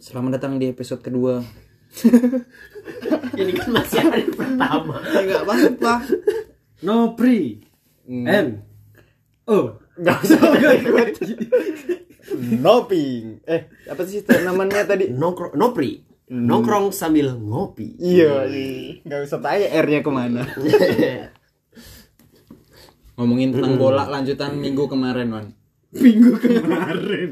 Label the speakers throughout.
Speaker 1: Selamat datang di episode kedua.
Speaker 2: Ini kan masih hari pertama.
Speaker 1: Enggak banget lah.
Speaker 3: No pre
Speaker 1: Hmm.
Speaker 3: and oh
Speaker 1: Enggak usah enggak ikut. Noping. Eh, apa sih te- namanya tadi?
Speaker 2: Nongkrong, nopri. Nongkrong sambil ngopi.
Speaker 1: Iya, enggak usah tanya R-nya kemana. Ngomongin tentang bola lanjutan minggu kemarin, Wan.
Speaker 3: minggu kemarin.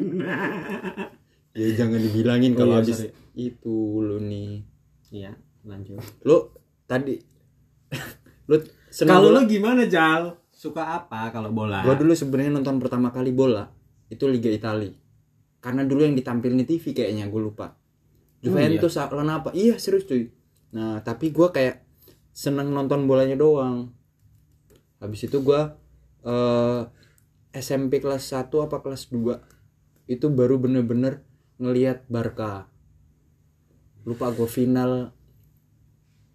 Speaker 1: Ya jangan dibilangin kalau
Speaker 3: iya,
Speaker 1: habis
Speaker 3: sorry.
Speaker 1: itu lu nih.
Speaker 3: Iya lanjut.
Speaker 1: Lu tadi lu senang
Speaker 3: Kalau
Speaker 1: bola?
Speaker 3: lu gimana Jal? Suka apa kalau bola?
Speaker 1: Gua dulu sebenarnya nonton pertama kali bola itu Liga Italia. Karena dulu yang ditampilin di TV kayaknya gue lupa. Juventus lawan apa? Iya serius cuy. Nah, tapi gua kayak seneng nonton bolanya doang. Habis itu gua eh, SMP kelas 1 apa kelas 2 itu baru bener-bener ngelihat Barca. Lupa gue final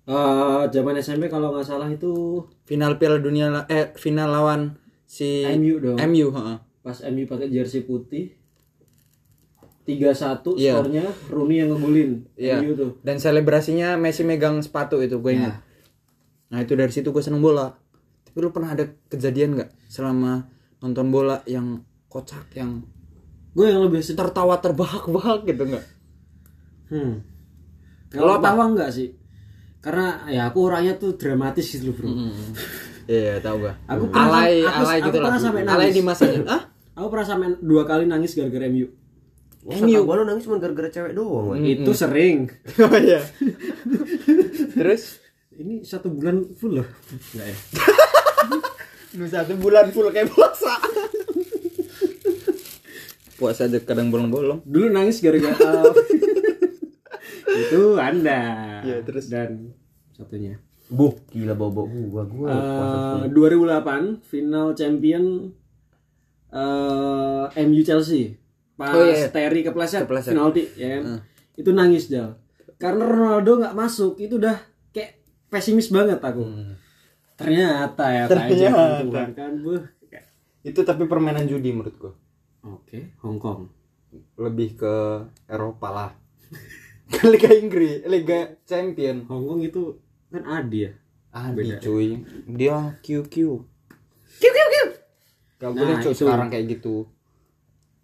Speaker 3: Eh, zaman SMP kalau nggak salah itu
Speaker 1: final Piala Dunia la- eh final lawan si
Speaker 3: MU dong.
Speaker 1: MU, heeh.
Speaker 3: Pas MU pakai jersey putih. 3-1
Speaker 1: Iya.
Speaker 3: skornya Rooney yang ngegulin.
Speaker 1: Iya.
Speaker 3: MU tuh.
Speaker 1: Dan selebrasinya Messi megang sepatu itu gue ingat. Nah itu dari situ gue seneng bola. Tapi lu pernah ada kejadian nggak selama nonton bola yang kocak yang
Speaker 3: Gue yang lebih sedar.
Speaker 1: tertawa terbahak-bahak gitu nggak?
Speaker 3: Hmm.
Speaker 1: Kalau
Speaker 3: Kalau
Speaker 1: apa?
Speaker 3: tawa nggak sih? Karena ya aku orangnya tuh dramatis gitu loh, Bro.
Speaker 1: Iya tahu gue.
Speaker 3: Aku pernah-
Speaker 1: alay
Speaker 3: aku-
Speaker 1: alay
Speaker 3: aku
Speaker 1: gitu lah.
Speaker 3: pernah sampai
Speaker 1: Alay
Speaker 3: nangis.
Speaker 1: di masanya. Ah?
Speaker 3: Aku pernah sampai dua kali nangis gara-gara MU.
Speaker 2: Ini gua lu nangis cuma gara-gara cewek doang, woy.
Speaker 3: Itu sering.
Speaker 1: Oh iya. Terus?
Speaker 3: Ini satu bulan full loh. Enggak ya.
Speaker 1: Lu satu bulan full kayak puasa. puasa aja kadang bolong-bolong.
Speaker 3: Dulu nangis gara-gara itu Anda.
Speaker 1: Iya, terus?
Speaker 3: dan satunya.
Speaker 2: Buh, gila bobo gua gua.
Speaker 3: Eh, 2008 final champion eh MU Chelsea. Pas
Speaker 1: Oh, iya.
Speaker 3: Terry kepleset,
Speaker 1: Kepleset. Eh.
Speaker 3: penalti ya. kan? Itu nangis Jal. Karena Ronaldo nggak masuk, itu udah kayak pesimis banget aku. Ternyata ya Pak Ejen,
Speaker 1: Hmm. Ternyata.
Speaker 3: Tuhan kan, beuh.
Speaker 1: Itu tapi permainan judi menurut gue.
Speaker 3: Oke, Hong Kong.
Speaker 1: lebih ke Eropa lah ke Liga Inggris Liga Champion
Speaker 3: Hong Kong itu kan adi ya.
Speaker 1: Adi
Speaker 3: Beda.
Speaker 1: cuy dia QQ gak
Speaker 3: Nah,
Speaker 1: boleh cuy
Speaker 3: itu.
Speaker 1: sekarang kayak gitu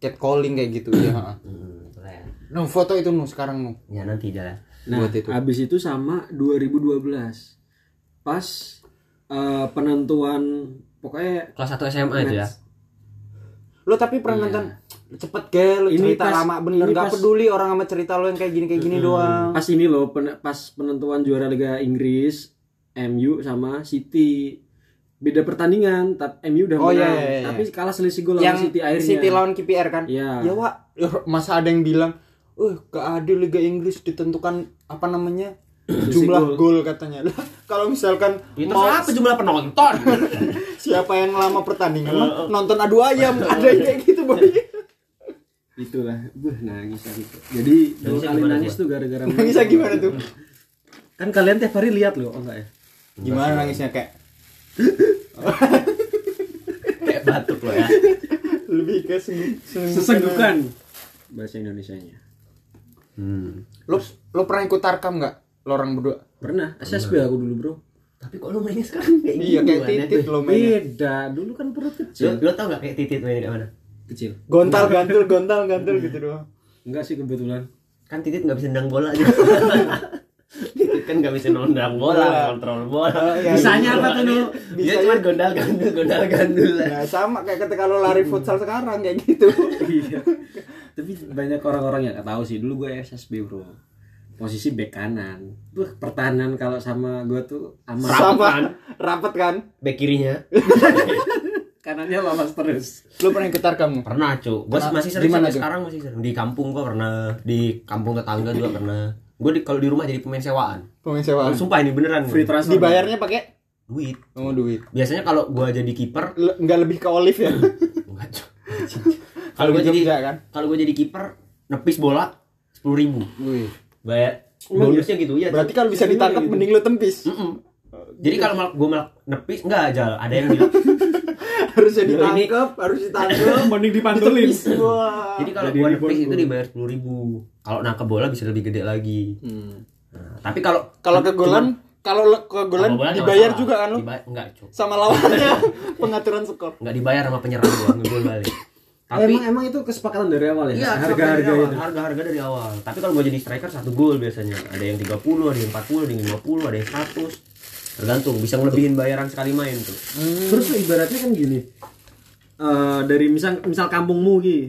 Speaker 1: catcalling kayak gitu ya
Speaker 2: Hmm, keren.
Speaker 1: no foto itu nu sekarang nu
Speaker 2: Ya nanti dah.
Speaker 3: Nah,
Speaker 1: Buat itu.
Speaker 3: habis itu sama 2012. Pas eh, penentuan pokoknya
Speaker 2: Kelas 1 SMA itu ya.
Speaker 1: lo tapi
Speaker 3: Iya.
Speaker 1: pernah nonton cepet gel lu
Speaker 3: Ini
Speaker 1: cerita
Speaker 3: pas-
Speaker 1: lama bener
Speaker 3: ini
Speaker 1: gak
Speaker 3: pas-
Speaker 1: peduli orang sama cerita lo yang kayak gini kayak gini
Speaker 3: Hmm.
Speaker 1: doang
Speaker 3: pas ini loh pen- pas penentuan juara Liga Inggris MU sama City beda pertandingan tapi MU udah
Speaker 1: Oh,
Speaker 3: menang
Speaker 1: iya, iya, iya.
Speaker 3: tapi kalah selisih gol
Speaker 1: yang
Speaker 3: sama City akhirnya
Speaker 1: lawan KPR kan
Speaker 3: Iya.
Speaker 1: ya Wak. Ya, masa ada yang bilang eh gak ada Liga Inggris ditentukan apa namanya jumlah gol katanya lah kalau misalkan
Speaker 2: Itu
Speaker 1: mau
Speaker 2: apa jumlah penonton?
Speaker 1: siapa yang lama pertandingan mah, nonton adu ayam ada yang kayak gitu boy
Speaker 3: itulah buh nangis aku jadi dua
Speaker 2: Nangisnya
Speaker 3: kali
Speaker 2: gimana
Speaker 3: nangis tuh gara-gara
Speaker 1: nangisnya gimana tuh
Speaker 3: kan kalian tiap hari lihat loh oh enggak ya
Speaker 1: gimana nangisnya kayak
Speaker 2: Kayak batuk lo ya.
Speaker 1: lebih ke seng- seng-
Speaker 3: sesenggukan bahasa Indonesianya
Speaker 2: Hmm.
Speaker 1: lo lo pernah ikut tarkam nggak lo orang berdua
Speaker 3: pernah SSB aku dulu bro
Speaker 2: Tapi kok lu mainnya sekarang kayak
Speaker 1: iya kayak
Speaker 2: gini,
Speaker 1: titit
Speaker 2: aneh.
Speaker 1: lo mainnya
Speaker 3: beda dulu kan perut
Speaker 2: Lu,
Speaker 3: kecil
Speaker 2: lu tau gak kayak titit mainnya di mana?
Speaker 3: kecil
Speaker 1: gontal gantul gontal gantul gitu doang
Speaker 3: enggak sih kebetulan
Speaker 2: Kan titit gak bisa nendang bola aja. titit kan gak bisa nendang bola, kontrol bola.
Speaker 1: iya,
Speaker 3: Bisanya apa tuh, Nul?
Speaker 2: Dia
Speaker 1: Bisanya-
Speaker 2: cuma gondal gandul, gondal gandul.
Speaker 1: nah sama kayak ketika lo lari futsal sekarang kayak gitu
Speaker 3: iya tapi banyak orang-orang yang nggak tahu sih dulu gue SSB bro posisi back kanan tuh pertahanan kalau sama gue tuh aman
Speaker 1: sama
Speaker 2: kan?
Speaker 1: rapet kan
Speaker 2: Back kirinya
Speaker 3: kanannya lolos terus
Speaker 1: lo pernah ikut tarkam
Speaker 2: pernah cu gue
Speaker 1: Pernah.
Speaker 2: masih sering
Speaker 1: Di mana,
Speaker 2: sampai
Speaker 1: Cu?
Speaker 2: sekarang masih sering di kampung gue pernah di kampung tetangga juga pernah gue di, kalau di rumah jadi pemain sewaan
Speaker 1: pemain sewaan
Speaker 2: sumpah ini beneran
Speaker 3: free
Speaker 2: gua.
Speaker 3: transfer
Speaker 1: dibayarnya pakai
Speaker 2: duit
Speaker 1: oh duit
Speaker 2: biasanya kalau gue jadi kiper
Speaker 1: Le- nggak lebih ke olive ya
Speaker 2: enggak, Cu. kalau gue
Speaker 1: Di
Speaker 2: jadi
Speaker 1: Jogja, kan
Speaker 2: kalau gue jadi kiper nepis bola sepuluh ribu
Speaker 1: Wih.
Speaker 2: bayar bonusnya gitu ya Cu.
Speaker 1: berarti kan kalau bisa ditangkap mending lo tempis
Speaker 2: Mm-mm. jadi kalau mal- gue mal nepis enggak aja ada yang bilang
Speaker 1: harusnya
Speaker 2: Ini-
Speaker 1: ditangkap harus ditangkap
Speaker 4: mending dipantulin
Speaker 1: Ditepis, wah.
Speaker 2: Jadi kalau
Speaker 4: Jadi
Speaker 2: One
Speaker 4: rebound
Speaker 2: Piece itu
Speaker 4: dulu.
Speaker 2: dibayar sepuluh ribu. Kalau nangkep bola bisa lebih gede lagi.
Speaker 1: Hmm.
Speaker 2: Nah, tapi kalau
Speaker 1: kalau kegolan kalau le- kegolan
Speaker 2: Kalau bola nggak
Speaker 1: dibayar
Speaker 2: masalah.
Speaker 1: juga kan lu
Speaker 2: Dibayar- enggak, Cuk.
Speaker 1: sama lawannya pengaturan skor
Speaker 2: Enggak dibayar sama penyerang doang gol balik. Tapi
Speaker 1: ya?
Speaker 3: emang emang itu kesepakatan dari awal ya?
Speaker 2: iya,
Speaker 3: harga-harga itu.
Speaker 2: harga-harga dari awal. Tapi kalau gue jadi striker satu gol biasanya. Ada yang 30, ada yang 40, ada yang 50, ada yang 100. Tergantung bisa ngelebihin bayaran sekali main tuh.
Speaker 3: Terus tuh ibaratnya kan gini. Eh dari misal misal kampungmu Ki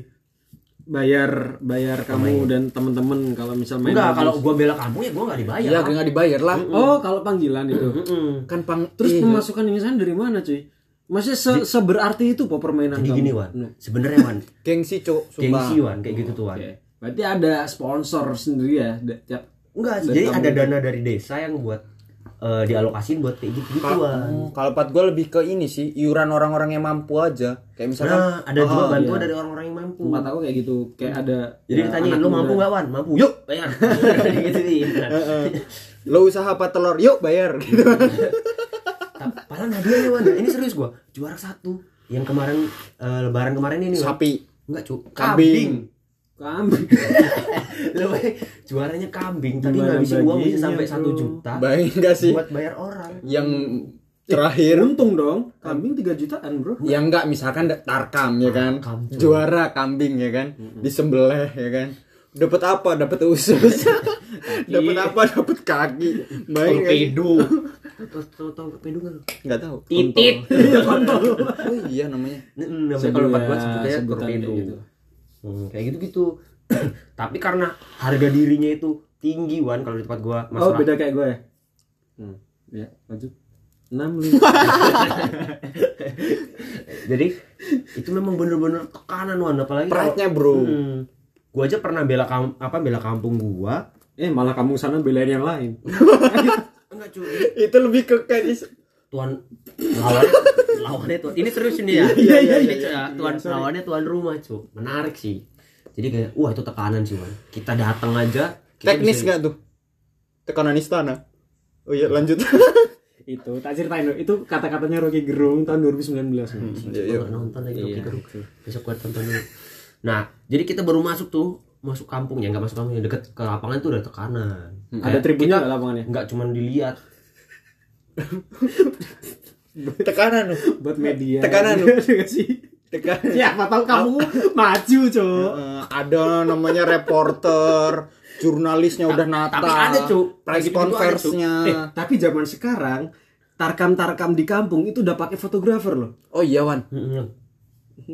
Speaker 3: bayar bayar kamu dan temen-temen kalau misal main
Speaker 2: Enggak,
Speaker 3: bagus.
Speaker 2: kalau gue bela kampung ya gue enggak dibayar.
Speaker 1: iya nggak dibayar lah
Speaker 3: oh kalau panggilan itu
Speaker 2: Mm-mm.
Speaker 1: kan pang
Speaker 3: terus
Speaker 1: Ih,
Speaker 3: pemasukan ingisan dari mana cuy maksudnya se seberarti itu po permainan
Speaker 2: Jadi
Speaker 3: kamu? Nah.
Speaker 2: gini Wan,
Speaker 3: No.
Speaker 2: sebenarnya Wan,
Speaker 1: gengsi cok sumpah
Speaker 2: gengsi Wan kayak gitu tuh Wan.
Speaker 3: Oke. Iya. berarti ada sponsor sendiri ya da- tiap
Speaker 2: Enggak,
Speaker 3: Dan
Speaker 2: jadi
Speaker 3: kamu-
Speaker 2: ada dana dari desa yang buat eh, dialokasin buat kayak gitu
Speaker 3: Nah,
Speaker 2: gituan.
Speaker 1: Kalau- kalau pat gue lebih ke ini sih iuran orang-orang yang mampu aja kayak misalnya
Speaker 2: Nah, ada juga
Speaker 1: Ah,
Speaker 2: bantuan
Speaker 3: iya.
Speaker 2: dari orang-orang yang mampu.
Speaker 3: tempat aku kayak gitu kayak ada
Speaker 2: Hmm. Jadi
Speaker 3: ya,
Speaker 2: ditanyain
Speaker 3: anak
Speaker 2: lu
Speaker 3: muda."
Speaker 2: mampu nggak Wan? Mampu. Yuk, bayar. gitu nih.
Speaker 1: lo usaha apa telur yuk bayar gitu
Speaker 2: Paling hadiah nih Wan. Nah, Ini serius gua. Juara satu yang kemarin eh, lebaran kemarin ini Wan.
Speaker 1: sapi
Speaker 2: Enggak, Cuk.
Speaker 1: Kambing.
Speaker 3: kambing
Speaker 2: Lu bayang, juaranya kambing. Tadi
Speaker 3: Gimana
Speaker 2: ngabisin uang bisa
Speaker 3: baginya,
Speaker 2: sampai
Speaker 3: Bro?
Speaker 2: 1 juta
Speaker 1: bayar nggak sih
Speaker 2: buat bayar orang.
Speaker 1: yang terakhir
Speaker 3: Ya, untung dong kambing 3 jutaan
Speaker 1: yang
Speaker 3: bro
Speaker 1: Ya enggak misalkan da- tarkam ya kan
Speaker 2: Tarkam, cuy.
Speaker 1: juara kambing ya kan disembelih ya kan dapat apa dapat usus dapat
Speaker 2: Iya.
Speaker 1: apa dapat kaki baik
Speaker 3: E
Speaker 2: Tahu tahu tahu kepedu E nggak lu?
Speaker 1: nggak tahu
Speaker 2: Titit.
Speaker 1: Kontol. oh iya namanya
Speaker 2: Mm, namanya kalau
Speaker 3: Sebut
Speaker 2: buat
Speaker 3: ya,
Speaker 2: gua sebutnya
Speaker 3: sebutan kayak
Speaker 2: torpedo.
Speaker 3: gitu.
Speaker 2: Hmm, kayak gitu-gitu. Tapi karena harga dirinya itu tinggi Wan kalau di tempat gua Ra-
Speaker 3: oh beda kayak gue ya hmm. ya lanjut enam lima
Speaker 2: Jadi itu memang bener-bener tekanan Wan apalagi kalau-
Speaker 1: pride-nya bro
Speaker 2: Hmm, gua aja pernah bela kam- apa bela kampung gua.
Speaker 3: eh malah kamu sana belain yang lain
Speaker 2: Enggak cuy.
Speaker 1: itu lebih ke kayak
Speaker 2: Tuan lawannya lawannya tuan. Ini serius ini ya.
Speaker 1: Iya, iya, iya,
Speaker 2: Ini, Cuk, ya, Tuan lawannya tuan rumah, cuy. Menarik sih. Jadi kayak wah itu tekanan sih Wan. Kita datang aja kita
Speaker 1: teknis
Speaker 2: bisa-
Speaker 1: nggak tuh tekanan istana oh iya lanjut
Speaker 3: itu tak ceritain loh itu kata-katanya Rocky Gerung tahun 2019 hmm.
Speaker 1: Iya,
Speaker 2: Gua
Speaker 1: iya.
Speaker 2: nggak nonton lagi
Speaker 3: Iya.
Speaker 2: Rocky Gerung. besok gue tonton dulu nah jadi kita baru masuk tuh masuk kampung ya nggak masuk kampung ya deket ke lapangan tuh udah tekanan
Speaker 1: Hmm,
Speaker 3: ada
Speaker 2: Kayak
Speaker 3: tribunnya
Speaker 2: kita
Speaker 3: nggak lapangannya
Speaker 2: nggak cuman dilihat
Speaker 1: tekanan tuh
Speaker 3: buat media Iya
Speaker 1: Tekanan lu.
Speaker 3: sih
Speaker 1: tekanan
Speaker 3: siapa tahu kamu maju cok
Speaker 1: Eh, ada namanya reporter jurnalisnya udah nata
Speaker 2: tapi ada, Cuk.
Speaker 1: press
Speaker 2: Gitu-gitu ada,
Speaker 1: conference-nya
Speaker 3: eh tapi zaman sekarang tarkam-tarkam di kampung itu udah pakai fotografer loh
Speaker 1: oh iya Iya, wan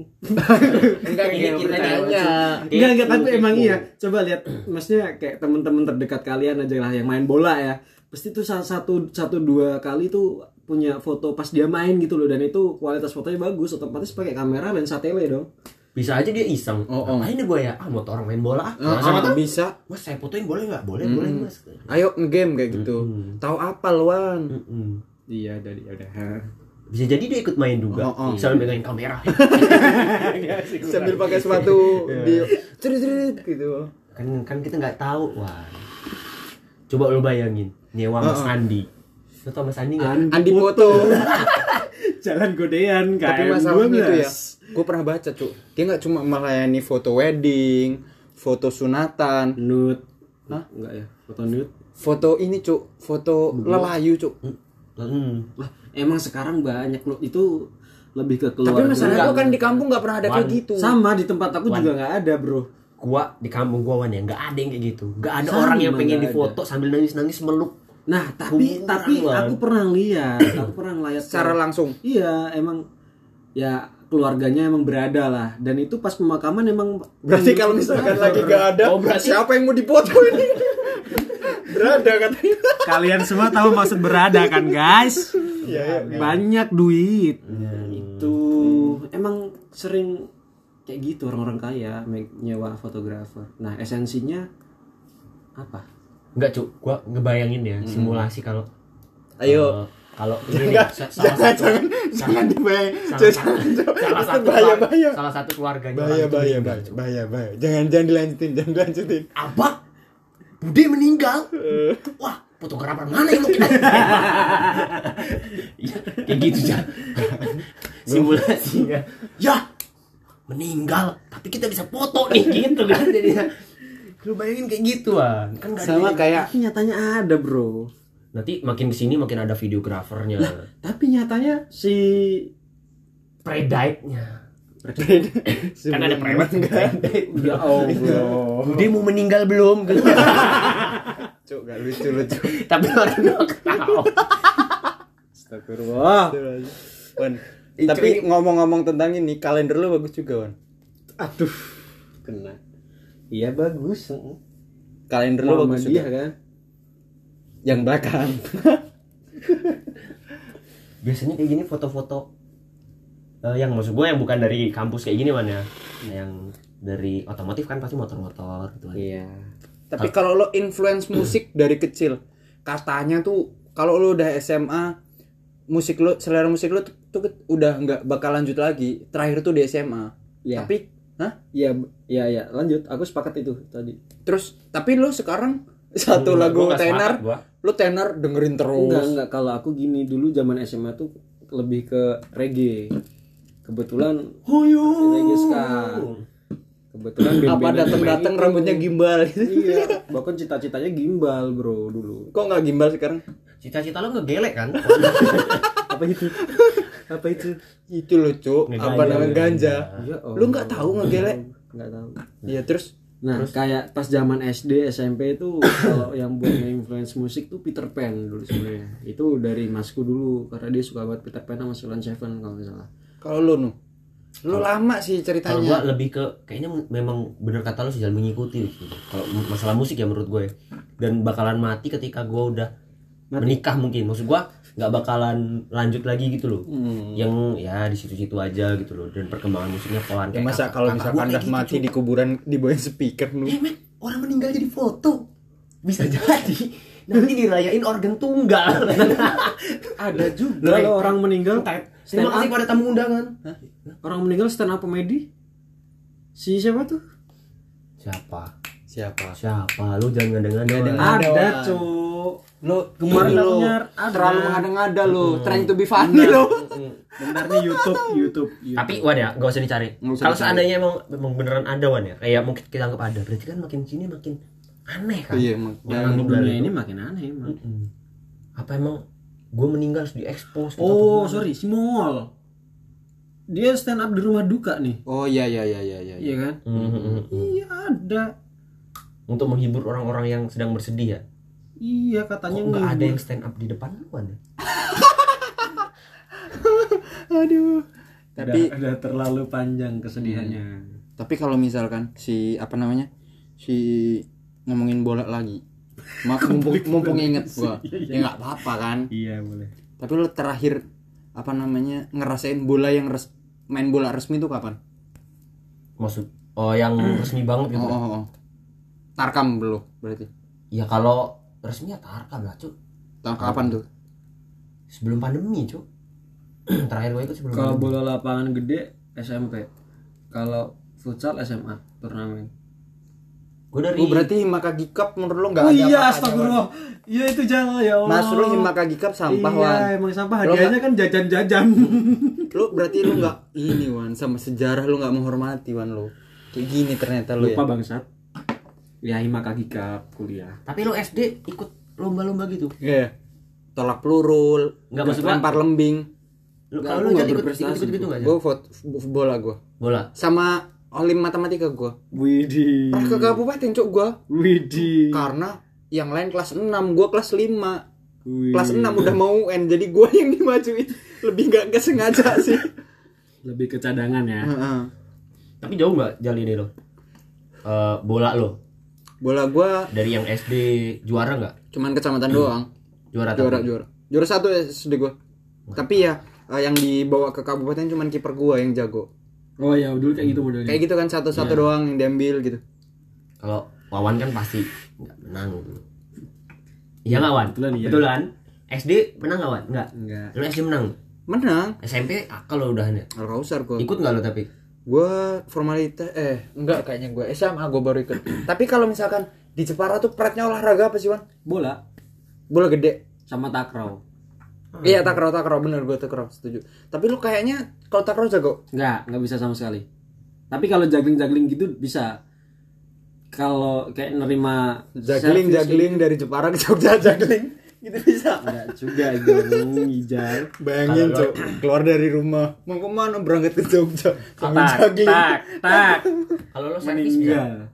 Speaker 2: enggak
Speaker 1: gini, kita nanya.
Speaker 3: Enggak, enggak, tapi emang iya. Coba lihat, maksudnya kayak teman-teman terdekat kalian aja lah yang main bola ya. Pasti tuh sa- satu satu dua kali tuh punya foto pas dia main gitu loh dan itu kualitas fotonya bagus otomatis pakai kamera lensa tele dong
Speaker 2: bisa aja dia iseng
Speaker 1: Oh, oh.
Speaker 2: ngapain gue ya ah mau tau orang main bola ah
Speaker 1: Eh,
Speaker 2: Masa
Speaker 1: ah,
Speaker 2: tuh,
Speaker 1: bisa
Speaker 2: mas saya fotoin boleh nggak boleh boleh
Speaker 1: Hmm.
Speaker 2: mas
Speaker 1: ayo ngegame kayak gitu tahu apa luan
Speaker 2: Mm-mm.
Speaker 3: iya dari udah
Speaker 2: Hmm. bisa jadi dia ikut main juga
Speaker 1: Oh, oh.
Speaker 2: sambil megangin kamera
Speaker 1: sambil pakai sepatu di cerit cerit gitu
Speaker 2: kan kan kita nggak tahu wah coba lo bayangin nyewa mas Andi lo tau mas Andi nggak
Speaker 1: Andi foto
Speaker 3: jalan godean
Speaker 1: tapi
Speaker 3: KM
Speaker 1: masalahnya itu ya
Speaker 3: 12.
Speaker 1: gue pernah baca cuk dia nggak cuma melayani foto wedding foto sunatan
Speaker 3: nude
Speaker 1: Hah?
Speaker 3: enggak ya foto nude
Speaker 1: foto ini cuk foto lelayu cuk
Speaker 2: Hmm.
Speaker 3: lah emang sekarang banyak loh itu lebih ke
Speaker 1: tapi
Speaker 3: keluarga
Speaker 1: masalahnya gue kan di kampung nggak pernah ada kayak
Speaker 2: Wan.
Speaker 1: gitu
Speaker 3: sama di tempat aku juga nggak ada bro
Speaker 2: gua di kampung gua wan ya nggak ada yang kayak gitu nggak ada
Speaker 3: Sama,
Speaker 2: orang yang pengen
Speaker 3: nggak
Speaker 2: difoto sambil nangis nangis meluk
Speaker 3: nah tapi
Speaker 2: Kurang,
Speaker 3: tapi
Speaker 2: Wan.
Speaker 3: aku pernah lihat aku pernah lihat
Speaker 1: secara langsung
Speaker 3: Iya, emang ya keluarganya emang berada lah. Dan itu pas pemakaman emang Hmm. Iya.
Speaker 1: Berarti kalau misalkan lagi gak ada, siapa yang mau dipoto ini? Berada katanya.
Speaker 3: kalian semua tahu maksud berada kan, guys?
Speaker 1: Iya, iya.
Speaker 3: Banyak duit. Itu emang sering kayak gitu orang-orang kaya me- nyewa fotografer. Nah, esensinya apa?
Speaker 2: nggak cuk gua ngebayangin ya simulasi kalau
Speaker 1: Hmm. Ayo.
Speaker 2: eh, kalau ini nih,
Speaker 1: Enggak,
Speaker 2: sa- salah
Speaker 1: jangan,
Speaker 2: satu
Speaker 1: jangan,
Speaker 2: salah
Speaker 1: jangan dibayar. Jangan,
Speaker 2: salah satu salah
Speaker 1: jangan.
Speaker 2: satu
Speaker 1: Bahaya,
Speaker 2: keluar-
Speaker 1: bahaya.
Speaker 2: salah satu keluarganya
Speaker 1: Bahaya,
Speaker 2: orang itu
Speaker 1: bahaya,
Speaker 2: meninggal,
Speaker 1: bahaya,
Speaker 2: Cuk.
Speaker 1: bahaya, bahaya. Jangan, jangan dilanjutin, jangan dilanjutin.
Speaker 2: apa Bude meninggal wah fotografer mana yang mau kita Ya, kayak gitu aja simulasinya ya meninggal tapi kita bisa foto nih gitu kan jadinya lu bayangin kayak gitu ah kan nggak ada
Speaker 1: sama
Speaker 2: yang-
Speaker 1: kayak
Speaker 3: Tapi nyatanya ada bro.
Speaker 2: nanti makin kesini makin ada videografernya
Speaker 3: Tapi nyatanya si
Speaker 2: predate-nya kan ada
Speaker 1: Sebelum-
Speaker 2: private enggak
Speaker 3: ya Allah.
Speaker 2: dia mau meninggal belum
Speaker 1: Cuk, gak lucu lucu.
Speaker 2: tapi orang nggak tahu
Speaker 3: Astagfirullah.
Speaker 1: Wan,
Speaker 2: Itu
Speaker 1: tapi
Speaker 2: ini-
Speaker 1: ngomong-ngomong tentang ini, kalender lu bagus juga, Wan.
Speaker 3: Aduh. Kena. Iya bagus.
Speaker 1: Kalender lu bagus
Speaker 3: Muhammadiyah
Speaker 1: juga.
Speaker 3: kan.
Speaker 1: Yang belakang.
Speaker 2: biasanya kayak gini foto-foto eh, yang maksud gue yang bukan dari kampus kayak gini man ya yang dari otomotif kan pasti motor-motor gitu kan.
Speaker 3: Iya.
Speaker 1: tapi kalau lo influence musik dari kecil, katanya tuh kalau lo udah SMA, musik lo selera musik lo tuh, tuh ke- udah nggak bakal lanjut lagi. Terakhir tuh di SMA.
Speaker 3: Iya.
Speaker 1: Tapi, hah?
Speaker 3: Iya, iya, iya. Lanjut, aku sepakat itu tadi.
Speaker 1: Terus, tapi lo sekarang satu
Speaker 2: Gua
Speaker 1: lagu
Speaker 2: nggak sepakat,
Speaker 1: tenar,
Speaker 2: gua.
Speaker 1: lo tenar dengerin terus.
Speaker 3: Enggak, enggak. Kalau aku gini dulu zaman SMA tuh lebih ke reggae. Kebetulan reggae ska. Kebetulan
Speaker 1: Apa
Speaker 3: band-band
Speaker 1: dateng-dateng
Speaker 3: itu-
Speaker 1: rambutnya gimbal? gitu.
Speaker 3: Iya, bahkan cita-citanya gimbal, Bro, dulu.
Speaker 1: Kok nggak gimbal sekarang?
Speaker 2: Cita-cita lo ngegelek kan?
Speaker 3: Apa itu? Apa itu?
Speaker 1: Itu lo, Cuk.
Speaker 2: Ngeganja,
Speaker 1: Apa namanya ganja?
Speaker 3: Ya Allah.
Speaker 1: Lu nggak tahu ngegelek?
Speaker 3: Nggak tahu.
Speaker 1: Iya, terus
Speaker 3: Nah, kayak pas zaman SD, SMP itu kalau yang buat influence musik tuh Peter Pan dulu sebenarnya. Itu dari masku dulu karena dia suka banget Peter Pan sama Silent Seven kalau nggak salah.
Speaker 1: Kalau lu nu, lu lama sih
Speaker 2: Kalau gua
Speaker 1: ceritanya.
Speaker 2: lebih ke kayaknya memang bener kata lo sih jalan mengikuti gitu. Kalau m- masalah musik ya menurut gue ya. dan bakalan mati ketika gua udah menikah mungkin. Maksud gua nggak bakalan lanjut lagi gitu loh.
Speaker 1: Hmm.
Speaker 2: Yang ya di situ-situ aja gitu loh dan perkembangan musiknya pelan
Speaker 1: Ya
Speaker 2: kayak
Speaker 1: masa
Speaker 2: kakak-
Speaker 1: kalau
Speaker 2: kakak
Speaker 1: misalkan
Speaker 2: gua
Speaker 1: udah
Speaker 2: kayak gitu,
Speaker 1: mati
Speaker 2: cuy.
Speaker 1: di kuburan dibawain speaker lu.
Speaker 2: Eh, men, orang meninggal jadi foto. Bisa jadi nanti dirayain organ tunggal.
Speaker 3: Ada
Speaker 2: Lu,
Speaker 1: ya?
Speaker 3: juga kalau orang meninggal stand
Speaker 2: Terima
Speaker 3: up,
Speaker 2: kasih pada tamu undangan.
Speaker 3: orang meninggal stand up comedy. Si siapa tuh?
Speaker 2: Siapa?
Speaker 1: Siapa?
Speaker 2: Siapa? Lu jangan ngandeng-ngandeng.
Speaker 1: Ngandeng-ngandeng. Ada, Wan.
Speaker 3: Cuk.
Speaker 1: Lu
Speaker 3: Kemarin
Speaker 1: ini lu
Speaker 3: aku nyar- ada.
Speaker 1: terlalu mengada-ngada lu, trying to be funny lu.
Speaker 3: Bentar nih YouTube, YouTube. YouTube.
Speaker 2: Tapi Wan ya, gak usah dicari.
Speaker 1: Iya, Nggak usah
Speaker 2: Kalau
Speaker 1: dicari.
Speaker 2: seandainya emang, emang beneran ada Wan ya, kayak mungkin kita anggap ada. Berarti kan makin sini makin aneh kan.
Speaker 1: Iya, emang.
Speaker 2: Jangan
Speaker 3: dunia
Speaker 2: dunia
Speaker 3: ini makin aneh emang.
Speaker 2: Apa emang gue meninggal harus diekspos?
Speaker 3: Oh,
Speaker 2: Atau-
Speaker 3: sorry, si Mongol. Dia stand up di rumah duka nih.
Speaker 1: Oh iya iya iya iya iya.
Speaker 3: Iya kan?
Speaker 2: Mm, mm, mm, mm.
Speaker 3: Iya ada.
Speaker 2: Untuk menghibur orang-orang yang sedang bersedih ya.
Speaker 3: Iya katanya
Speaker 2: Kok nggak ada yang stand up di depan lu, Wan? ya?
Speaker 1: Aduh. Tapi
Speaker 3: tapi ada terlalu panjang kesedihannya.
Speaker 2: Hmm.
Speaker 1: tapi kalau misalkan si apa namanya? Si ngomongin bola lagi. Ma, mumpung, mumpung inget gua. Ya nggak apa-apa kan.
Speaker 3: Iya boleh.
Speaker 1: Tapi lu terakhir apa namanya ngerasain bola yang res- main bola resmi itu kapan?
Speaker 2: Maksud oh yang
Speaker 3: Mm.
Speaker 2: resmi
Speaker 1: Oh,
Speaker 2: banget gitu.
Speaker 1: oh, oh. Tarkam belum berarti.
Speaker 2: Ya kalau resmi ya tarkam lah, Cuk.
Speaker 1: Tahun kapan tuh?
Speaker 2: Sebelum pandemi, Cuk. Terakhir gue ikut sebelum
Speaker 3: Kalau
Speaker 2: pandemi.
Speaker 3: bola lapangan gede SMP. Kalau futsal SMA turnamen.
Speaker 2: Gue dari
Speaker 1: Oh, berarti Himakagi Cup menurut lo
Speaker 3: Oh
Speaker 1: nggak ada ya, apa-apanya, Wan.
Speaker 3: Iya itu jangan ya Allah.
Speaker 1: Mas lu Himakagi Cup sampah,
Speaker 3: Iya
Speaker 1: Wan.
Speaker 3: emang sampah.
Speaker 1: Lo
Speaker 3: Hadiahnya kan jajan-jajan.
Speaker 1: Lu berarti lu nggak ini, Wan, sama sejarah lu nggak menghormati, Wan lu. Kayak gini ternyata lu ya.
Speaker 3: Lupa bangsat. Ya Himakagi Cup kuliah.
Speaker 2: Tapi lu SD ikut lomba-lomba gitu.
Speaker 1: Iya. Tolak peluru,
Speaker 2: Nggak, maksud gua-
Speaker 1: lempar lembing.
Speaker 2: Lu
Speaker 3: Nggak,
Speaker 2: kalau
Speaker 3: aku
Speaker 2: lu
Speaker 3: nggak
Speaker 2: jadi ikut
Speaker 3: berprestasi,
Speaker 2: ikut gitu enggak aja?
Speaker 1: Gua vote f- bola gua.
Speaker 2: Bola.
Speaker 1: Sama olim matematika gua.
Speaker 3: Hmm. Widih.
Speaker 1: Pernah Ah, ke kabupaten, Cuk, gua.
Speaker 3: Hmm. Widih.
Speaker 1: Karena yang lain kelas 6, gua kelas 5.
Speaker 3: Wih.
Speaker 1: Kelas 6 udah mau UN, jadi gua yang dimajuin. Lebih nggak kesengaja sih.
Speaker 3: Lebih ke cadangan ya.
Speaker 1: Heeh.
Speaker 2: Tapi jauh enggak jali ini lo? Eh, bola lo
Speaker 1: bola gua
Speaker 2: dari yang SD juara enggak?
Speaker 1: cuman kecamatan
Speaker 2: Hmm.
Speaker 1: doang
Speaker 2: Juara atau
Speaker 1: juara
Speaker 2: apa?
Speaker 1: juara juara satu SD gua tapi ya eh, yang dibawa ke kabupaten cuman kiper gua yang jago
Speaker 3: Oh ya dulu kayak gitu modelnya.
Speaker 1: kayak gitu kan satu satu doang yang diambil gitu
Speaker 2: Kalau Wawan kan pasti enggak menang gitu. Iya enggak Wan?
Speaker 3: Kebetulan iya.
Speaker 2: Betulan. SD menang enggak Wan? Enggak.
Speaker 3: Enggak.
Speaker 2: Lu SD menang.
Speaker 1: menang
Speaker 2: SMP akal lo udahan ya.
Speaker 1: al kausar gua
Speaker 2: Ikut enggak lo tapi?
Speaker 1: gua formalitas eh enggak kayaknya gua SMA gua baru ikut tapi kalau misalkan di Jepara tuh pretnya olahraga apa sih Wan
Speaker 3: Bola
Speaker 1: bola gede
Speaker 3: sama takraw.
Speaker 1: Iya takraw takraw bener gue takraw setuju. Tapi lu kayaknya kalau takraw jago.
Speaker 3: Nggak, nggak bisa sama sekali. Tapi kalau juggling-juggling gitu bisa. Kalau kayak nerima
Speaker 1: Juggling
Speaker 3: service
Speaker 1: juggling dari Jepara ke Jogja juggling. Gitu bisa.
Speaker 3: Nggak juga dong, Ijar.
Speaker 1: Bayangin
Speaker 2: Kalau-
Speaker 1: cok keluar dari rumah mau kemana berangkat ke Jogja sambil
Speaker 2: tak
Speaker 1: jogging.
Speaker 2: tak tak kalau
Speaker 1: Oh,
Speaker 2: lo servis bisa
Speaker 3: Meninggal. iya.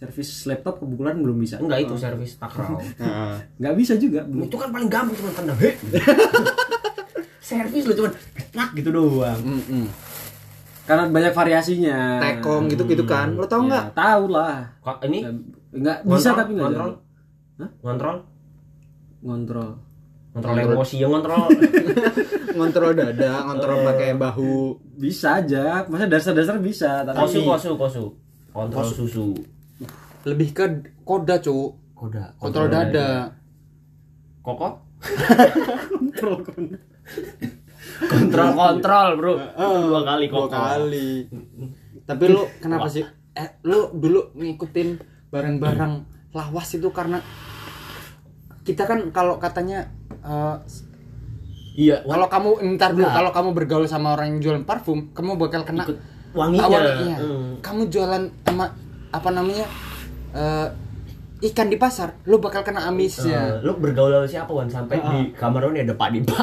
Speaker 3: Servis laptop kebetulan belum bisa.
Speaker 2: enggak itu servis takraw
Speaker 1: Nah,
Speaker 3: Nggak bisa juga.
Speaker 2: Lu
Speaker 3: Belum.
Speaker 2: itu kan paling gampang cuma tanda "Heh." servis lu cuma tak gitu doang
Speaker 1: mm-mm.
Speaker 3: Karena banyak variasinya.
Speaker 1: Tekong gitu gitu kan. Lo tau
Speaker 3: Ya,
Speaker 1: nggak?
Speaker 3: Tahu lah.
Speaker 2: kok ini
Speaker 3: Nggak bisa
Speaker 2: Ngontrol?
Speaker 3: tapi nggak
Speaker 2: Ngontrol?
Speaker 3: jago.
Speaker 2: ngontrol
Speaker 3: Ngontrol.
Speaker 2: ngontrol
Speaker 1: Ngontrol.
Speaker 2: emosi ya ngontrol
Speaker 1: Ngontrol dada, ngontrol pakai bahu.
Speaker 3: Bisa aja. Maksudnya dasar-dasar bisa. Tapi
Speaker 2: kosu kosu kosu kontrol susu
Speaker 1: Lebih ke koda cuk.
Speaker 2: koda
Speaker 1: Kontrol dada.
Speaker 2: koko
Speaker 3: kontrol.
Speaker 2: kontrol kontrol bro dua kali
Speaker 1: Dua
Speaker 2: koko
Speaker 1: kali. Tapi lu kenapa sih? Eh, lu dulu ngikutin barang-barang lawas itu karena kita kan kalau katanya eh,
Speaker 2: iya
Speaker 1: kalau kamu ntar dulu
Speaker 2: Enggak.
Speaker 1: kalau kamu bergaul sama orang yang jualan parfum, kamu bakal kena
Speaker 2: Ikut wanginya.
Speaker 1: tawarannya.
Speaker 2: Hmm.
Speaker 1: iya. Kamu jualan sama apa namanya? eh, ikan di pasar, lu bakal kena amisnya.
Speaker 2: Eh, lu bergaul sama siapa Wan sampai di kamar lu nih ada Pak Dipa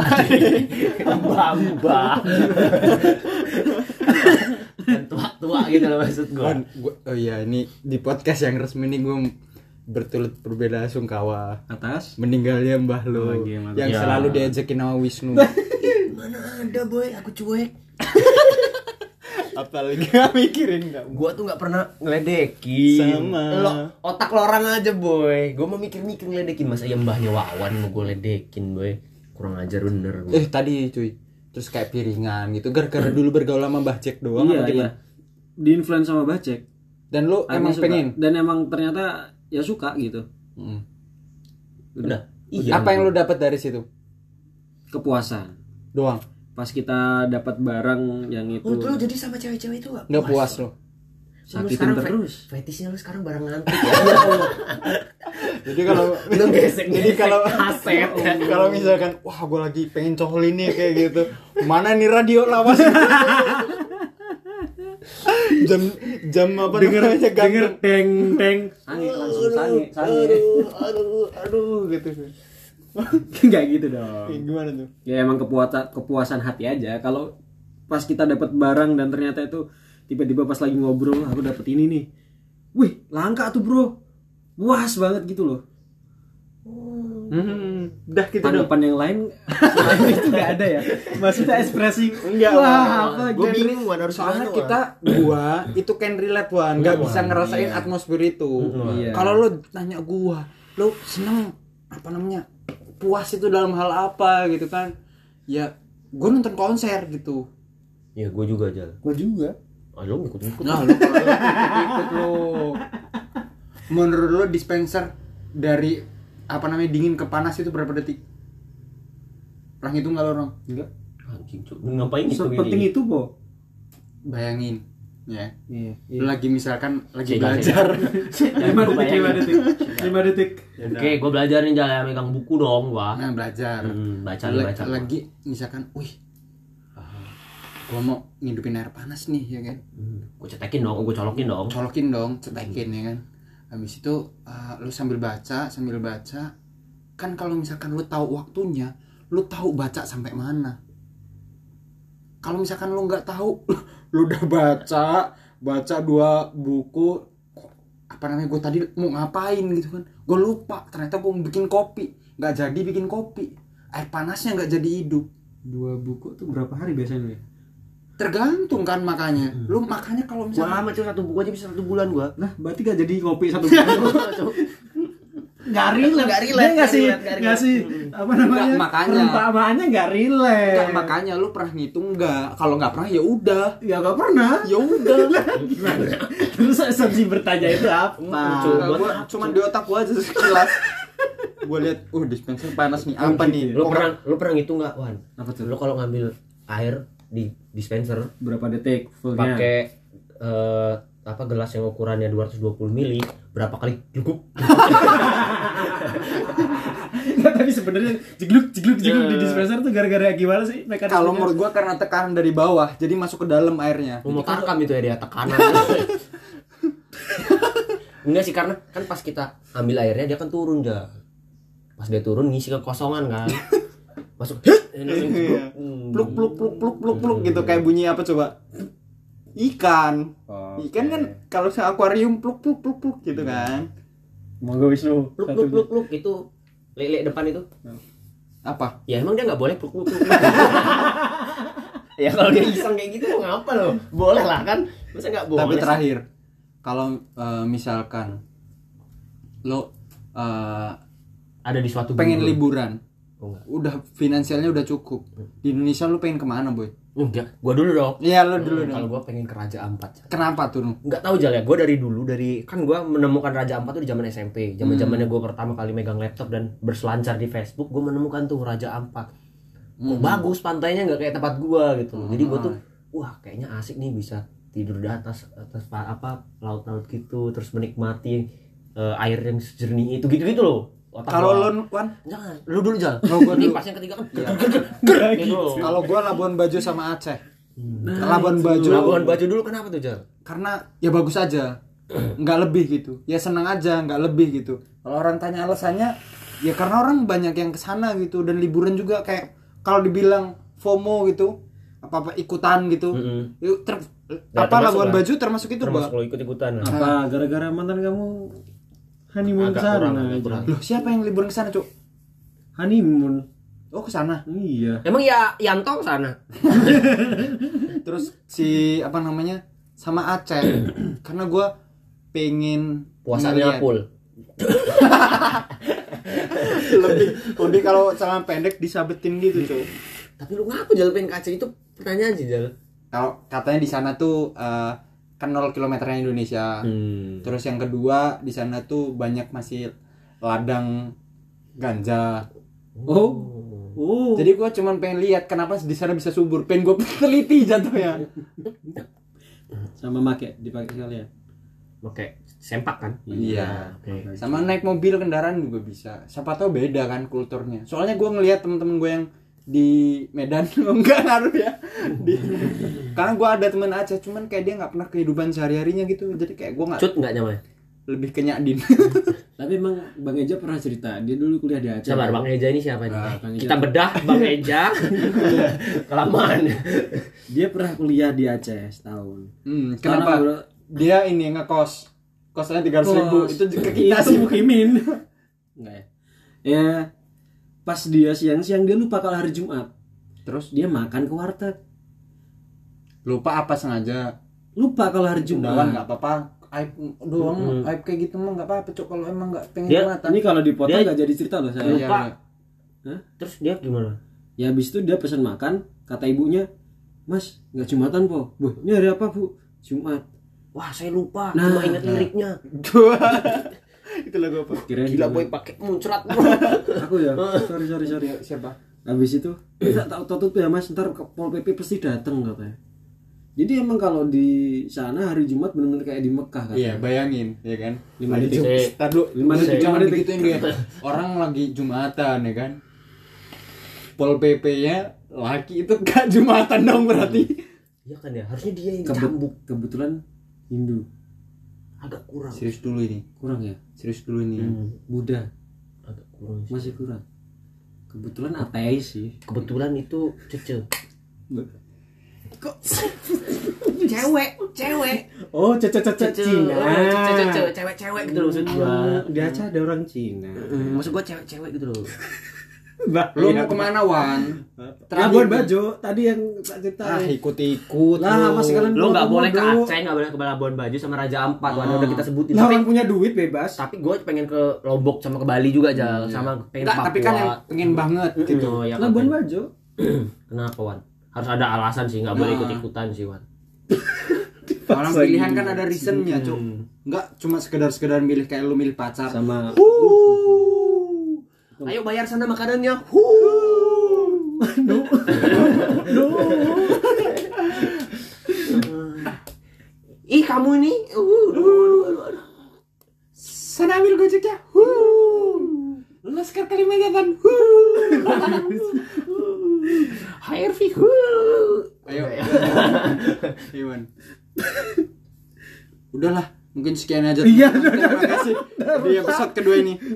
Speaker 2: Bamba tua-tua gitu loh maksud gua
Speaker 1: Wan, gua- oh iya ini di podcast yang resmi ini gue bertulut berbeda sungkawa
Speaker 3: Atas.
Speaker 1: meninggalnya Mbah Lo
Speaker 3: Oh, iya, mantap.
Speaker 1: yang
Speaker 2: Ya.
Speaker 1: selalu diajakin sama Wisnu
Speaker 2: mana ada boy aku cuek
Speaker 1: apalagi gak mikirin gak
Speaker 2: gua tuh nggak pernah ngeledekin
Speaker 1: Sama.
Speaker 2: lo otak lo orang aja boy gua mau mikir-mikir ngeledekin masa ya mbahnya wawan mau gua ledekin boy kurang ajar bener gua.
Speaker 1: eh tadi cuy terus kayak piringan gitu gara-gara dulu bergaul sama Mbah Jack doang
Speaker 3: Iya,
Speaker 1: apa
Speaker 3: iya.
Speaker 1: gimana?
Speaker 3: Di influence sama Bacek.
Speaker 1: dan lo
Speaker 3: Akhirnya
Speaker 1: emang
Speaker 3: suka.
Speaker 1: pengen
Speaker 3: Dan emang ternyata ya suka gitu.
Speaker 1: Mm.
Speaker 2: udah iya
Speaker 1: apa yang lo dapat dari situ
Speaker 3: Kepuasan.
Speaker 1: doang
Speaker 3: Pas kita dapat barang yang
Speaker 1: Oh,
Speaker 3: itu
Speaker 2: Menurut lu jadi sama cewek-cewek itu gak
Speaker 1: nggak puas lo
Speaker 3: sakitin terus.
Speaker 2: Fetisnya lu sekarang barang ngantuk ya
Speaker 1: jadi kalau
Speaker 2: Lu gesek
Speaker 1: jadi kalau
Speaker 2: kaset ya.
Speaker 1: kalau misalkan wah gue lagi pengen cohol ini kayak gitu mana nih radio lawas jam jam apa namanya
Speaker 3: denger
Speaker 1: gantung.
Speaker 3: teng teng sange langsung sange sange
Speaker 1: aduh aduh aduh gitu
Speaker 3: nggak gitu dong
Speaker 1: Eh, gimana tuh
Speaker 3: ya emang kepuasan kepuasan hati aja kalau pas kita dapat barang dan ternyata itu tiba-tiba pas lagi ngobrol aku dapat ini nih wih langka tuh bro puas banget gitu loh
Speaker 1: hmm, dah gitu dong
Speaker 3: tanggapan yang lain selain itu nggak ada ya maksudnya ekspresi
Speaker 1: Enggak,
Speaker 3: wah apa
Speaker 2: Wan. Gua
Speaker 3: genre-
Speaker 2: bingung Wan harus
Speaker 1: soalnya
Speaker 2: gimana, Wan.
Speaker 1: kita gua itu can relate wan nggak
Speaker 2: Iya,
Speaker 1: bisa
Speaker 2: Wan,
Speaker 1: ngerasain
Speaker 2: iya.
Speaker 1: atmosfer itu
Speaker 2: Mm, Wan.
Speaker 3: Iya.
Speaker 1: kalau lo tanya gua lo seneng apa namanya puas itu dalam hal apa gitu kan ya gua nonton konser gitu
Speaker 2: ya gua juga aja
Speaker 3: gua juga
Speaker 2: ah lu ngikut-ngikut
Speaker 1: Nah, lu kalau lu ikut lu. Menurut lu dispenser dari apa namanya dingin ke panas itu berapa detik? Orang itu nggak lo orang?
Speaker 3: enggak
Speaker 2: anjing cuk Lu ngapain gitu
Speaker 3: sepenting itu po
Speaker 1: Bayangin, ya.
Speaker 3: iya
Speaker 1: Lu lagi misalkan lagi
Speaker 2: Sih,
Speaker 1: belajar.
Speaker 3: lima detik lima detik lima detik
Speaker 2: Oke, gua belajar nih jangan megang buku dong gua.
Speaker 1: Nah, belajar.
Speaker 2: Hmm, baca
Speaker 1: Lu
Speaker 2: nih, baca. gua.
Speaker 1: lagi misalkan, wih. Gua mau ngidupin air panas nih ya kan.
Speaker 2: Hmm, Gua cetekin dong, gua colokin dong.
Speaker 1: Colokin dong, cetekin ya kan. Habis itu uh, lu sambil baca, sambil baca kan kalau misalkan lu tahu waktunya, lu tahu baca sampai mana. Kalau misalkan lu nggak tahu, lu udah baca, baca dua buku kok, apa namanya gue tadi mau ngapain gitu kan gue lupa ternyata gue bikin kopi nggak jadi bikin kopi air panasnya nggak jadi hidup
Speaker 3: dua buku tuh berapa hari biasanya ya?
Speaker 1: tergantung kan makanya lu makanya kalau
Speaker 2: Gua
Speaker 1: misalkan
Speaker 2: lama cuy satu buku aja bisa satu bulan gua.
Speaker 3: Nah, berarti gak jadi ngopi satu bulan. gak relate.
Speaker 2: Nggak relate,
Speaker 3: Dia
Speaker 2: Iya nggak
Speaker 3: ngasih
Speaker 2: relate, nggak
Speaker 3: ngasih apa namanya?
Speaker 1: Nggak, makanya.
Speaker 3: Perumpamaannya gak relate.
Speaker 1: Nggak, makanya lu pernah ngitung nggak kalau nggak pernah ya udah
Speaker 3: Ya gak pernah.
Speaker 1: ya udah
Speaker 2: Nah,
Speaker 3: Gimana? Terus asumsi bertanya itu apa?
Speaker 1: Nah, gua cuman di otak gua aja sekilas. gua lihat, uh dispenser panas nih, apa nih?
Speaker 2: Lu iya. pernah lu pernah ngitung nggak, Wan?
Speaker 3: Apa tuh?
Speaker 2: Lu kalau ngambil air di dispenser
Speaker 3: Berapa detik fullnya?
Speaker 2: pakai eh, apa gelas yang ukurannya 220 mili berapa kali gugup
Speaker 3: Nggak, tapi sebenarnya jegluk jegluk jegluk di
Speaker 2: Ya.
Speaker 3: dispenser tuh gara-gara gimana sih mekanismenya?
Speaker 1: Kalau menurut gua karena tekanan dari bawah, jadi masuk ke dalam airnya.
Speaker 2: mau tarkam itu ya dia tekanan enggak sih karena kan pas kita ambil airnya dia kan turun ja pas dia turun ngisi kekosongan kan masuk
Speaker 1: Iya. Pluk pluk pluk pluk pluk pluk gitu kayak bunyi apa coba? Ikan.
Speaker 2: Oh,
Speaker 1: Ikan kan kalau saya akuarium pluk pluk pluk pluk gitu
Speaker 2: Iya.
Speaker 1: kan.
Speaker 3: monggo Wisnu
Speaker 2: pluk
Speaker 3: satu.
Speaker 2: pluk pluk pluk itu lele depan itu
Speaker 1: Apa?
Speaker 2: ya emang dia nggak boleh pluk pluk pluk ya kalau dia iseng kayak gitu mau ngapa lo boleh lah kan masa nggak boleh
Speaker 1: Tapi
Speaker 2: sih?
Speaker 1: terakhir, kalau eh, misalkan lo eh,
Speaker 2: ada di suatu
Speaker 1: pengen
Speaker 2: bubur.
Speaker 1: liburan,
Speaker 2: Oh, enggak.
Speaker 1: udah finansialnya udah cukup. Di Indonesia lo pengen kemana boy?
Speaker 2: Oh, enggak gua dulu dong
Speaker 1: Iya lo dulu dong.
Speaker 2: Hmm, kalau gua pengen ke Raja Ampat
Speaker 1: Kenapa tuh? Nung?
Speaker 2: nggak tahu jalan ya gue dari dulu dari kan gue menemukan Raja Ampat tuh di zaman SMP
Speaker 1: Hmm.
Speaker 2: zaman zamannya gue pertama kali megang laptop dan berselancar di Facebook gue menemukan tuh Raja Ampat
Speaker 1: Hmm.
Speaker 2: Kok bagus pantainya nggak kayak tempat gue gitu jadi gue tuh wah kayaknya asik nih bisa tidur di atas atas pa- apa laut-laut gitu terus menikmati eh, air yang sejernih itu gitu-gitu loh Otak
Speaker 1: Kalau
Speaker 2: gua-
Speaker 1: lo Wan,
Speaker 2: jangan lu dulu jalan
Speaker 1: Lo gua
Speaker 2: Ini
Speaker 1: dulu. Iya.
Speaker 2: pas yang ketiga kan gitu loh.
Speaker 1: kalau gua Labuan Bajo sama Aceh.
Speaker 3: Nah,
Speaker 1: Labuan Bajo.
Speaker 2: Labuan Bajo dulu kenapa tuh Jal?
Speaker 1: karena ya bagus aja nggak lebih gitu ya senang aja nggak lebih gitu kalau orang tanya alasannya ya karena orang banyak yang kesana gitu dan liburan juga kayak kalau dibilang FOMO gitu apa apa ikutan gitu
Speaker 2: Mm-mm.
Speaker 1: Yuk, ter-
Speaker 2: Hmm. Ya,
Speaker 1: apa
Speaker 2: termasuk
Speaker 1: Labuan
Speaker 2: lah.
Speaker 1: Bajo termasuk itu
Speaker 2: termasuk
Speaker 1: Mbak?
Speaker 2: lo ikut-ikutan lah.
Speaker 3: apa gara-gara mantan kamu honeymoon
Speaker 2: Agak
Speaker 3: kesana
Speaker 2: kurang, agak
Speaker 3: aja.
Speaker 2: kurang.
Speaker 1: loh siapa yang liburan kesana cuk
Speaker 3: honeymoon
Speaker 1: oh kesana
Speaker 3: iya
Speaker 2: Emang ya Yanto sana?
Speaker 1: terus si apa namanya sama Aceh karena gua pengen ngeliat.
Speaker 2: Puasanya full.
Speaker 1: lebih lebih kalau celana pendek disabetin gitu cuk
Speaker 2: Tapi lu ngaku pengen kaca itu pertanyaan sih Jal.
Speaker 1: kalau katanya di sana tuh eh, kan 0 kilometernya Indonesia.
Speaker 2: Hmm.
Speaker 1: Terus yang kedua di sana tuh banyak masih ladang ganja.
Speaker 3: oh oh
Speaker 1: Jadi gua cuman pengen lihat kenapa di sana bisa subur. Pengen gua teliti jatuhnya.
Speaker 3: sama make dipakai sekalian
Speaker 2: Oke, sempak kan?
Speaker 1: Iya.
Speaker 2: Oke.
Speaker 1: Sama naik mobil kendaraan juga bisa. Siapa tahu beda kan kulturnya. Soalnya gua ngelihat temen-temen gue yang di Medan enggak ngaruh ya. Di, karena gua ada temen Aceh cuman kayak dia nggak pernah kehidupan sehari-harinya gitu. Jadi kayak gua nggak
Speaker 2: Cut nggak nyaman?
Speaker 1: lebih kenyak din.
Speaker 3: tapi emang Bang Eja pernah cerita dia dulu kuliah di Aceh
Speaker 2: Sabar, Bang Eja ini siapa nih?
Speaker 3: Ah, Bang Eja.
Speaker 2: Kita bedah Bang Eja. Kelamaan.
Speaker 3: dia pernah kuliah di Aceh setahun
Speaker 1: Hmm,
Speaker 3: Sekarang
Speaker 1: kenapa?
Speaker 3: baru-
Speaker 1: Dia ini ngekos. Kosnya 300 ribu.
Speaker 3: Kos.
Speaker 1: Itu juga kita
Speaker 3: Itu
Speaker 1: sih.
Speaker 3: mukimin enggak ya ya pas dia siang-siang dia lupa kalau hari Jumat
Speaker 1: Terus
Speaker 3: dia makan ke warteg
Speaker 1: lupa apa sengaja.
Speaker 3: lupa kalau hari
Speaker 1: Undangan
Speaker 3: Jumat
Speaker 1: nggak apa-apa. Aib doang,
Speaker 2: Mm-mm.
Speaker 1: aib kayak gitu mah nggak apa-apa. Cuk kalau emang nggak pengen
Speaker 2: Dia-
Speaker 1: kelihatan.
Speaker 3: ini kalau dipotong
Speaker 2: Dia-
Speaker 3: nggak jadi cerita loh saya
Speaker 1: Iya,
Speaker 2: lupa.
Speaker 1: iya.
Speaker 2: Terus dia gimana?
Speaker 3: ya habis itu dia pesan makan kata ibunya mas nggak jumatan po bu ini hari apa bu Jumat
Speaker 2: Wah, saya lupa.
Speaker 3: Nah.
Speaker 2: Cuma ingat liriknya.
Speaker 1: itu lagu apa?
Speaker 3: kirain
Speaker 2: Gila
Speaker 3: Jumat.
Speaker 2: boy pakai muncrat.
Speaker 3: aku ya sorry sorry sorry
Speaker 1: Iya, Siapa?
Speaker 3: habis itu tak tahu tutup ya mas ntar ke pol pp pasti datang katanya jadi emang kalau di sana hari Jumat benar-benar kayak di Mekah kan
Speaker 1: Iya, bayangin, ya kan.
Speaker 3: Lima
Speaker 1: Lagi
Speaker 3: detik.
Speaker 1: Jum- Ntar dulu,
Speaker 3: Lima detik,
Speaker 1: jangan
Speaker 3: lima detik.
Speaker 1: digituin dia. Orang lagi jumatan ya kan. Pol PP-nya laki itu gak jumatan dong berarti.
Speaker 2: Iya kan ya, harusnya dia yang
Speaker 3: Kebe-
Speaker 2: cambuk.
Speaker 3: kebetulan Hindu
Speaker 2: Agak kurang.
Speaker 1: Serius dulu ini,
Speaker 3: kurang ya
Speaker 1: serius dulu ini.
Speaker 2: Hmm,
Speaker 3: Buddha
Speaker 2: agak kurang. sih.
Speaker 3: masih kurang kebetulan ateis sih
Speaker 2: Kebetulan itu cece.
Speaker 4: cewek cewek
Speaker 3: oh cece cece Cina
Speaker 4: cewek cewek cewek gitu loh maksud gua
Speaker 3: Hmm, di Aceh ada orang Cina
Speaker 2: Maksud gua cewek-cewek gitu loh.
Speaker 3: Mbak,
Speaker 1: Lu mau kemana, Wan?
Speaker 3: Labuan Bajo tadi yang tak cerita
Speaker 1: Ah, ikut-ikut.
Speaker 3: Lah,
Speaker 1: lu.
Speaker 3: masih kalian
Speaker 2: lo nggak boleh ke
Speaker 3: Bro.
Speaker 2: Aceh nggak boleh ke Labuan Bajo sama Raja Ampat Waduh, udah kita sebutin
Speaker 3: Lah,
Speaker 2: tapi
Speaker 3: Ah. Nah, orang punya duit bebas
Speaker 2: tapi gue pengen ke Lombok sama ke Bali juga aja
Speaker 3: Iya.
Speaker 2: sama pengen ke
Speaker 1: Enggak,
Speaker 2: Papua
Speaker 1: tapi kan yang pengen banget gitu.
Speaker 2: Oh, ya kan.
Speaker 3: Labuan Bajo
Speaker 2: kenapa Wan harus ada alasan sih nggak
Speaker 3: Nah.
Speaker 2: boleh ikut ikutan sih Wan
Speaker 1: Orang pilihan kan ada reasonnya, Cuk. Enggak cuma sekedar-sekedar milih kayak lu milih pacar.
Speaker 3: sama
Speaker 2: ayo bayar sana makanannya Huh. ih kamu kamu ini. Uh, aduh, aduh, aduh, aduh.
Speaker 1: Sana ambil gojeknya. Huh. Laskar Kalimantan. HRV. Ayo. Iwan. Udahlah, mungkin sekian aja.
Speaker 3: Iya,
Speaker 1: terima kasih. Di episode kedua ini.